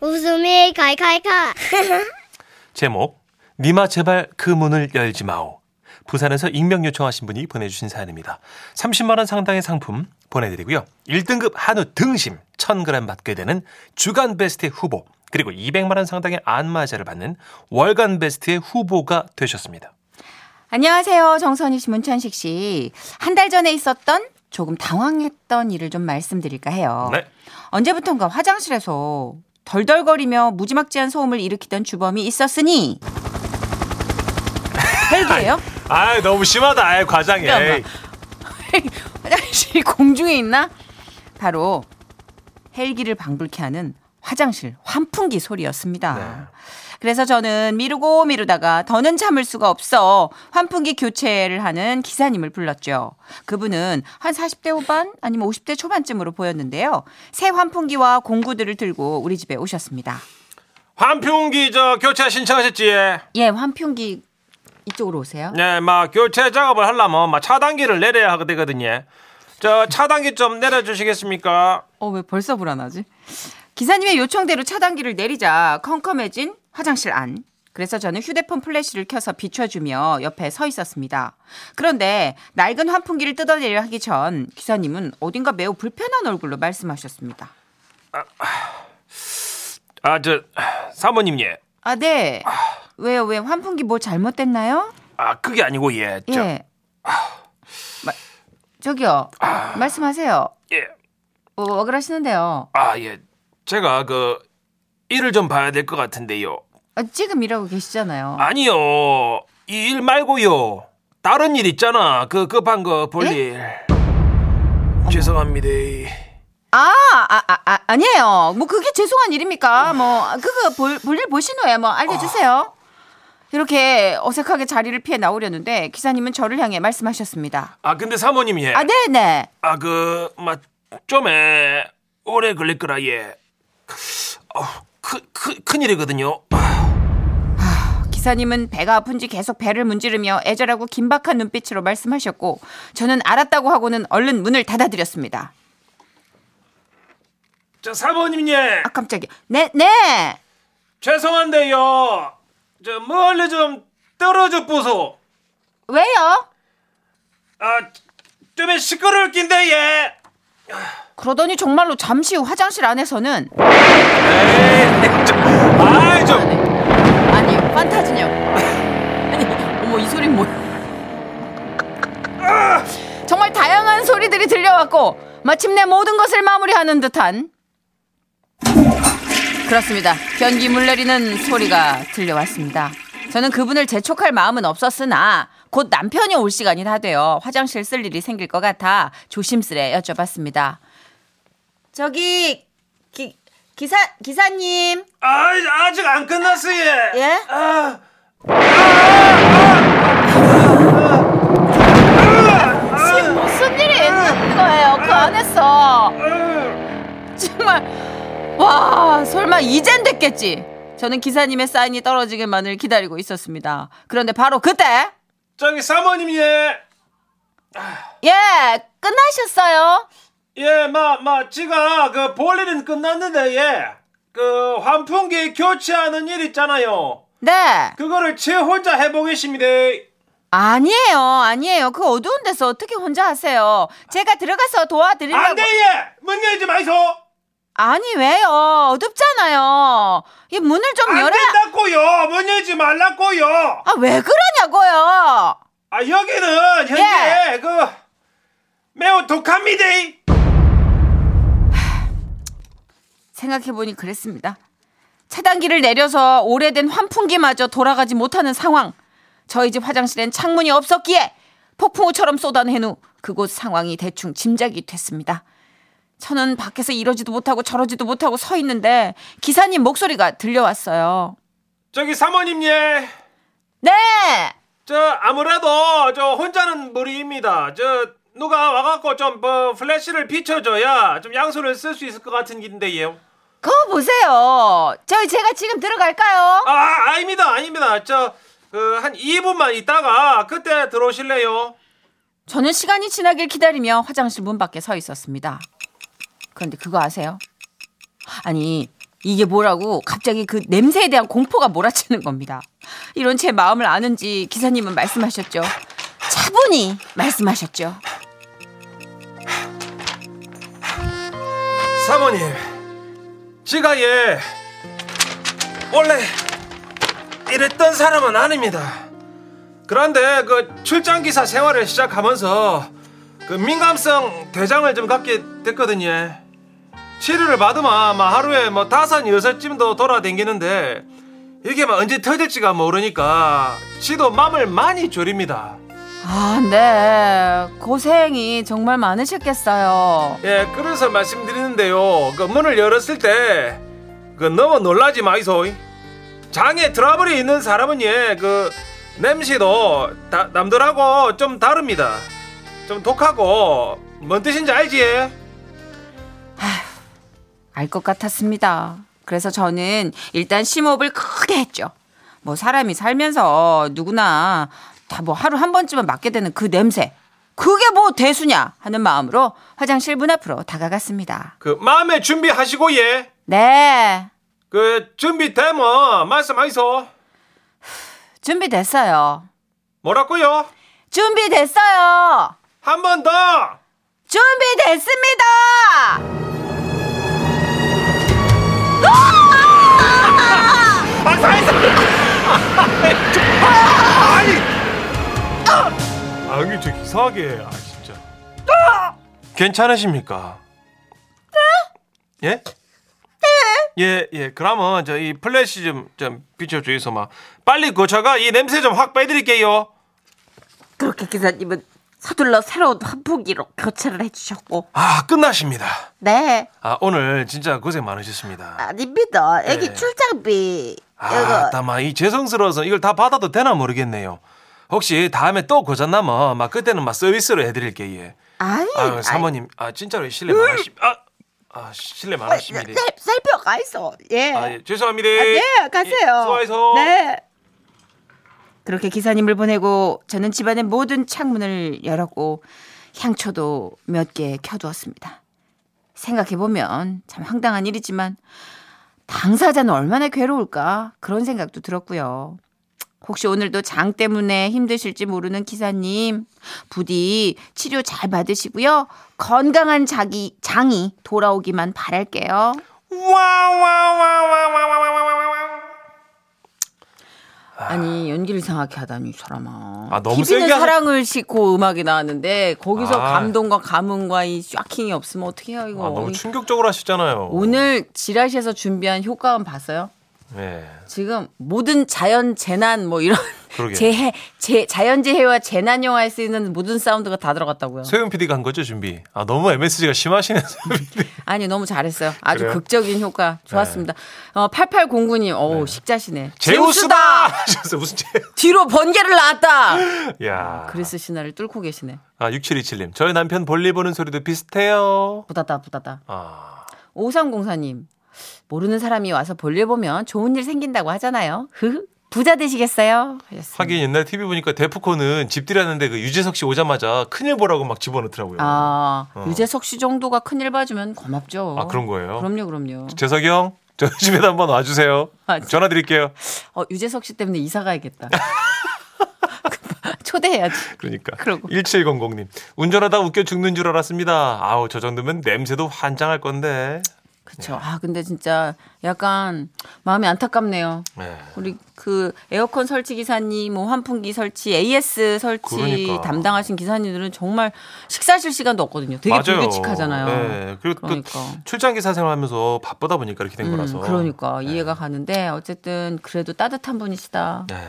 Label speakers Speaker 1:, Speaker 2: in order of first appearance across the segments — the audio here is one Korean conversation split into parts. Speaker 1: 웃음이 칼칼칼.
Speaker 2: 제목 니마 제발 그 문을 열지 마오. 부산에서 익명 요청하신 분이 보내주신 사연입니다. 30만 원 상당의 상품 보내드리고요. 1등급 한우 등심 1000g 받게 되는 주간 베스트 후보 그리고 200만 원 상당의 안마자를 받는 월간 베스트의 후보가 되셨습니다.
Speaker 3: 안녕하세요. 정선희 씨, 문천식 씨. 한 달 전에 있었던 조금 당황했던 일을 좀 말씀드릴까 해요.
Speaker 2: 네.
Speaker 3: 언제부턴가 화장실에서 덜덜거리며 무지막지한 소음을 일으키던 주범이 있었으니 헬기예요?
Speaker 2: 아 너무 심하다. 아 과장해.
Speaker 3: 잠깐만. 화장실 공중에 있나? 바로 헬기를 방불케 하는 화장실 환풍기 소리였습니다. 그래서 저는 미루고 미루다가 더는 참을 수가 없어 환풍기 교체를 하는 기사님을 불렀죠. 그분은 한 40대 후반 아니면 50대 초반쯤으로 보였는데요. 새 환풍기와 공구들을 들고 우리 집에 오셨습니다.
Speaker 2: 환풍기 저 교체 신청하셨지?
Speaker 3: 예, 환풍기 이쪽으로 오세요.
Speaker 2: 네, 막 교체 작업을 하려면 막 차단기를 내려야 하거든요. 저 차단기 좀 내려주시겠습니까?
Speaker 3: 어, 왜 벌써 불안하지? 기사님의 요청대로 차단기를 내리자 컴컴해진 화장실 안. 그래서 저는 휴대폰 플래시를 켜서 비춰주며 옆에 서 있었습니다. 그런데 낡은 환풍기를 뜯어내려 하기 전 기사님은 어딘가 매우 불편한 얼굴로 말씀하셨습니다.
Speaker 2: 아 저 사모님 예.
Speaker 3: 아, 네. 왜요? 왜 환풍기 뭐 잘못됐나요?
Speaker 2: 아 그게 아니고 예.
Speaker 3: 예.
Speaker 2: 저,
Speaker 3: 마- 저기요. 말씀하세요.
Speaker 2: 예.
Speaker 3: 어, 왜 그러시는데요?
Speaker 2: 아 예. 제가 그 일을 좀 봐야 될 것 같은데요.
Speaker 3: 아, 지금 일하고 계시잖아요.
Speaker 2: 아니요. 이 일 말고요. 다른 일 있잖아. 그 급한 거
Speaker 3: 예?
Speaker 2: 볼 일. 죄송합니다.
Speaker 3: 아, 아, 아, 아, 아니에요. 뭐 그게 죄송한 일입니까? 뭐 그거 볼, 볼일 보신 후에 뭐 알려주세요. 이렇게 어색하게 자리를 피해 나오려는데 기사님은 저를 향해 말씀하셨습니다.
Speaker 2: 아 근데 사모님 예.
Speaker 3: 아, 네네.
Speaker 2: 아 그막좀에 오래 걸릴 거라 예. 어, 큰큰 일이거든요.
Speaker 3: 기사님은 배가 아픈지 계속 배를 문지르며 애절하고 긴박한 눈빛으로 말씀하셨고 저는 알았다고 하고는 얼른 문을 닫아드렸습니다.
Speaker 2: 저 사모님 예.
Speaker 3: 아, 깜짝이야. 네, 네.
Speaker 2: 죄송한데요. 저 멀리 좀 떨어져 보소.
Speaker 3: 왜요?
Speaker 2: 아, 좀에 시끄러울 낀데 예.
Speaker 3: 그러더니 정말로 잠시 후 화장실 안에서는
Speaker 2: 아이 좀.
Speaker 3: 아니 판타지냐 아니 어머 이 소린 뭐야 정말 다양한 소리들이 들려왔고 마침내 모든 것을 마무리하는 듯한 그렇습니다 변기 물 내리는 소리가 들려왔습니다 저는 그분을 재촉할 마음은 없었으나 곧 남편이 올 시간이 다 되어 화장실 쓸 일이 생길 것 같아 조심스레 여쭤봤습니다 저기 기, 기사 기사님
Speaker 2: 아, 아직 안 끝났어 예.
Speaker 3: 예?
Speaker 2: 아,
Speaker 3: 지금 무슨 일이 있는 거예요 그 안에서
Speaker 2: 음.
Speaker 3: 정말 와 설마 이젠 됐겠지 저는 기사님의 사인이 떨어지길만을 기다리고 있었습니다 그런데 바로 그때
Speaker 2: 저기 사모님 예.
Speaker 3: 예 끝나셨어요
Speaker 2: 예, 마, 마, 지가 그 볼일은 끝났는데 예. 그 환풍기 교체하는 일 있잖아요.
Speaker 3: 네
Speaker 2: 그거를 제 혼자 해보겠습니다.
Speaker 3: 아니에요 아니에요 그 어두운 데서 어떻게 혼자 하세요 제가 들어가서 도와드리려고
Speaker 2: 안돼 예. 문 열지 마이소.
Speaker 3: 아니 왜요 어둡잖아요 이 문을 좀
Speaker 2: 안
Speaker 3: 열어
Speaker 2: 된다고요. 문 열지 말라고요.
Speaker 3: 아왜 그러냐고요
Speaker 2: 아
Speaker 3: 예!
Speaker 2: 여기는 현재 그 매우 독합니다.
Speaker 3: 생각해보니 그랬습니다. 차단기를 내려서 오래된 환풍기마저 돌아가지 못하는 상황. 저희 집 화장실엔 창문이 없었기에 폭풍우처럼 쏟아낸 후 그곳 상황이 대충 짐작이 됐습니다. 저는 밖에서 이러지도 못하고 저러지도 못하고 서 있는데 기사님 목소리가 들려왔어요.
Speaker 2: 저기 사모님 예.
Speaker 3: 네!
Speaker 2: 저 아무래도 저 혼자는 무리입니다. 저 누가 와갖고 좀뭐 플래시를 비춰줘야 좀 양손을 쓸 수 있을 것 같은 긴데요.
Speaker 3: 그거 보세요. 저 제가 지금 들어갈까요?
Speaker 2: 아 아닙니다 아닙니다. 저 그 한 2분만 있다가 그때 들어오실래요?
Speaker 3: 저는 시간이 지나길 기다리며 화장실 문 밖에 서 있었습니다. 그런데 그거 아세요? 아니, 이게 뭐라고 갑자기 그 냄새에 대한 공포가 몰아치는 겁니다. 이런 제 마음을 아는지 기사님은 말씀하셨죠. 차분히 말씀하셨죠.
Speaker 2: 사모님, 제가 예 원래 이랬던 사람은 아닙니다. 그런데 그 출장 기사 생활을 시작하면서 그 민감성 대장을 좀 갖게 됐거든요. 치료를 받으면 막 하루에 뭐 다섯 여섯쯤도 돌아다니는데 이게 막 언제 터질지가 모르니까 지도 맘을 많이 졸입니다.
Speaker 3: 아, 네. 고생이 정말 많으셨겠어요.
Speaker 2: 예, 그래서 말씀드리는데요. 그 문을 열었을 때, 그 너무 놀라지 마이소. 장에 트러블이 있는 사람은 예, 그 냄새도 다- 남들하고 좀 다릅니다. 좀 독하고 뭔 뜻인지 알지? 예?
Speaker 3: 알 것 같았습니다. 그래서 저는 일단 심호흡을 크게 했죠. 뭐 사람이 살면서 누구나 다 뭐 하루 한 번쯤은 맡게 되는 그 냄새. 그게 뭐 대수냐 하는 마음으로 화장실 문 앞으로 다가갔습니다.
Speaker 2: 그 마음의 준비하시고 예.
Speaker 3: 네.
Speaker 2: 그 준비되면 말씀하이소.
Speaker 3: 준비됐어요.
Speaker 2: 뭐라고요?
Speaker 3: 준비됐어요.
Speaker 2: 한 번 더.
Speaker 3: 준비됐습니다.
Speaker 2: 박사에서. 아니. 아 이게 저 이상하게 아 진짜. 괜찮으십니까? 예? 예, 예. 그러면 저 이 플래시 좀, 좀 비춰주이소, 막. 빨리 고쳐가 이 냄새 좀 확 빼드릴게요.
Speaker 4: 그렇게 기사님은 서둘러 새로운 환풍기로 교체를 해주셨고
Speaker 2: 아, 끝나십니다.
Speaker 4: 네
Speaker 2: 아, 오늘 진짜 고생 많으셨습니다.
Speaker 4: 아닙니다 애기
Speaker 2: 네.
Speaker 4: 출장비
Speaker 2: 아, 다만 이 죄송스러워서 이걸 다 받아도 되나 모르겠네요. 혹시 다음에 또 고장나면 막 그때는 막 서비스로 해드릴게요. 예.
Speaker 4: 아니
Speaker 2: 아유 사모님 아 진짜로 실례 많으시 아, 아 실례 많으십니다.
Speaker 4: 살펴가 있어 예
Speaker 2: 아 예, 죄송합니다.
Speaker 4: 네,
Speaker 2: 예,
Speaker 4: 가세요.
Speaker 2: 수고하이소.
Speaker 4: 네.
Speaker 3: 그렇게 기사님을 보내고 저는 집안의 모든 창문을 열었고 향초도 몇 개 켜두었습니다. 생각해보면 참 황당한 일이지만 당사자는 얼마나 괴로울까 그런 생각도 들었고요. 혹시 오늘도 장 때문에 힘드실지 모르는 기사님 부디 치료 잘 받으시고요. 건강한 자기 장이 돌아오기만 바랄게요.
Speaker 2: 와와와와와와와와.
Speaker 3: 아니 연기를 생각해 하다니 이 사람아.
Speaker 2: 아, 너무
Speaker 3: TV는
Speaker 2: 세게 하셨-
Speaker 3: 사랑을 싣고 음악이 나왔는데 거기서
Speaker 2: 아.
Speaker 3: 감동과 감흥과 이 쫙킹이 없으면 어떡해요 이거.
Speaker 2: 아 너무 충격적으로 하셨잖아요.
Speaker 3: 오늘 지라시에서 준비한 효과음 봤어요?
Speaker 2: 예.
Speaker 3: 지금 모든 자연 재난 뭐 이런
Speaker 2: 그러게.
Speaker 3: 재해 재 자연 재해와 재난 영화에 쓰이는 모든 사운드가 다 들어갔다고요.
Speaker 2: 소영 PD가 한 거죠 준비. 아 너무 MSG가 심하시네 소영 PD.
Speaker 3: 아니 너무 잘했어요. 아주
Speaker 2: 그래요? 네.
Speaker 3: 극적인 효과 좋았습니다. 어 8809님 어우 식자시네.
Speaker 2: 제우스다. 하셨어요. 무슨 제?
Speaker 3: 뒤로 번개를 낳았다.
Speaker 2: 야.
Speaker 3: 그리스 신화를 뚫고 계시네.
Speaker 2: 아 6727님 저희 남편 볼일 보는 소리도 비슷해요.
Speaker 3: 부다다 부다다.
Speaker 2: 아.
Speaker 3: 5304님. 모르는 사람이 와서 볼일 보면 좋은 일 생긴다고 하잖아요. 흐흐. 부자 되시겠어요? 하셨습니다.
Speaker 2: 하긴 옛날 TV 보니까 데프콘은 집들이 하는데 그 유재석 씨 오자마자 큰일 보라고 막 집어넣더라고요.
Speaker 3: 아,
Speaker 2: 어.
Speaker 3: 유재석 씨 정도가 큰일 봐주면 고맙죠.
Speaker 2: 아, 그런 거예요?
Speaker 3: 그럼요, 그럼요.
Speaker 2: 재석이 형, 저희 집에 한번 와주세요.
Speaker 3: 아, 진짜.
Speaker 2: 전화 드릴게요.
Speaker 3: 어, 유재석 씨 때문에 이사 가야겠다. 초대해야지.
Speaker 2: 그러니까.
Speaker 3: 그러고.
Speaker 2: 1700님. 운전하다 웃겨 죽는 줄 알았습니다. 아우, 저 정도면 냄새도 환장할 건데.
Speaker 3: 그렇죠.
Speaker 2: 네.
Speaker 3: 아, 근데 진짜 약간 마음이 안타깝네요.
Speaker 2: 네.
Speaker 3: 우리 그 에어컨 설치 기사님, 뭐 환풍기 설치, AS 설치
Speaker 2: 그러니까.
Speaker 3: 담당하신 기사님들은 정말 식사하실 시간도 없거든요. 되게
Speaker 2: 맞아요.
Speaker 3: 불규칙하잖아요.
Speaker 2: 네. 그리고
Speaker 3: 그러니까.
Speaker 2: 또 출장기사 생활하면서 바쁘다 보니까 이렇게 된
Speaker 3: 음,
Speaker 2: 거라서. 네.
Speaker 3: 그러니까 이해가 가는데 어쨌든 그래도 따뜻한 분이시다.
Speaker 2: 네.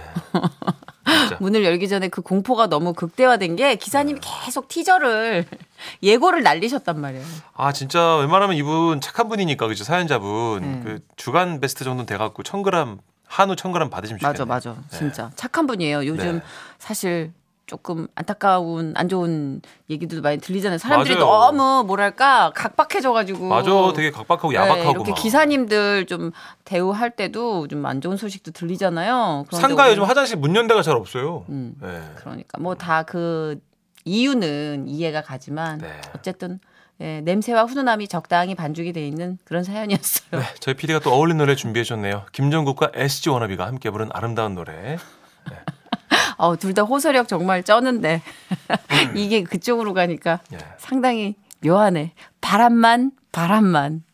Speaker 2: 진짜.
Speaker 3: 문을 열기 전에 그 공포가 너무 극대화된 게 기사님이
Speaker 2: 네.
Speaker 3: 계속 티저를 예고를 날리셨단 말이에요.
Speaker 2: 아 진짜 웬만하면 이분 착한 분이니까 그죠 사연자분
Speaker 3: 네.
Speaker 2: 그 주간 베스트 정도 돼갖고 1,000g 한우 1,000g 받으시면 좋겠네요.
Speaker 3: 맞아, 맞아. 진짜 착한 분이에요. 요즘
Speaker 2: 네.
Speaker 3: 사실 조금 안타까운 안 좋은 얘기들도 많이 들리잖아요. 사람들이
Speaker 2: 맞아요.
Speaker 3: 너무 뭐랄까 각박해져가지고.
Speaker 2: 맞아, 되게 각박하고
Speaker 3: 네,
Speaker 2: 야박하고
Speaker 3: 이렇게
Speaker 2: 막.
Speaker 3: 기사님들 좀 대우할 때도 좀 안 좋은 소식도 들리잖아요. 그런데
Speaker 2: 상가
Speaker 3: 오늘-
Speaker 2: 요즘 화장실 문 연대가 잘 없어요.
Speaker 3: 음.
Speaker 2: 예.
Speaker 3: 그러니까 뭐 다 그 이유는 이해가 가지만
Speaker 2: 네.
Speaker 3: 어쨌든 예, 냄새와 훈훈함이 적당히 반죽이 돼 있는 그런 사연이었어요.
Speaker 2: 네, 저희 PD가 또 어울린 노래 준비해 주셨네요. 김정국과 SG 워너비가 함께 부른 아름다운 노래.
Speaker 3: 어, 둘 다 호소력 정말 쩌는데 이게 그쪽으로 가니까
Speaker 2: 음. 예.
Speaker 3: 상당히 묘하네. 바람만 바람만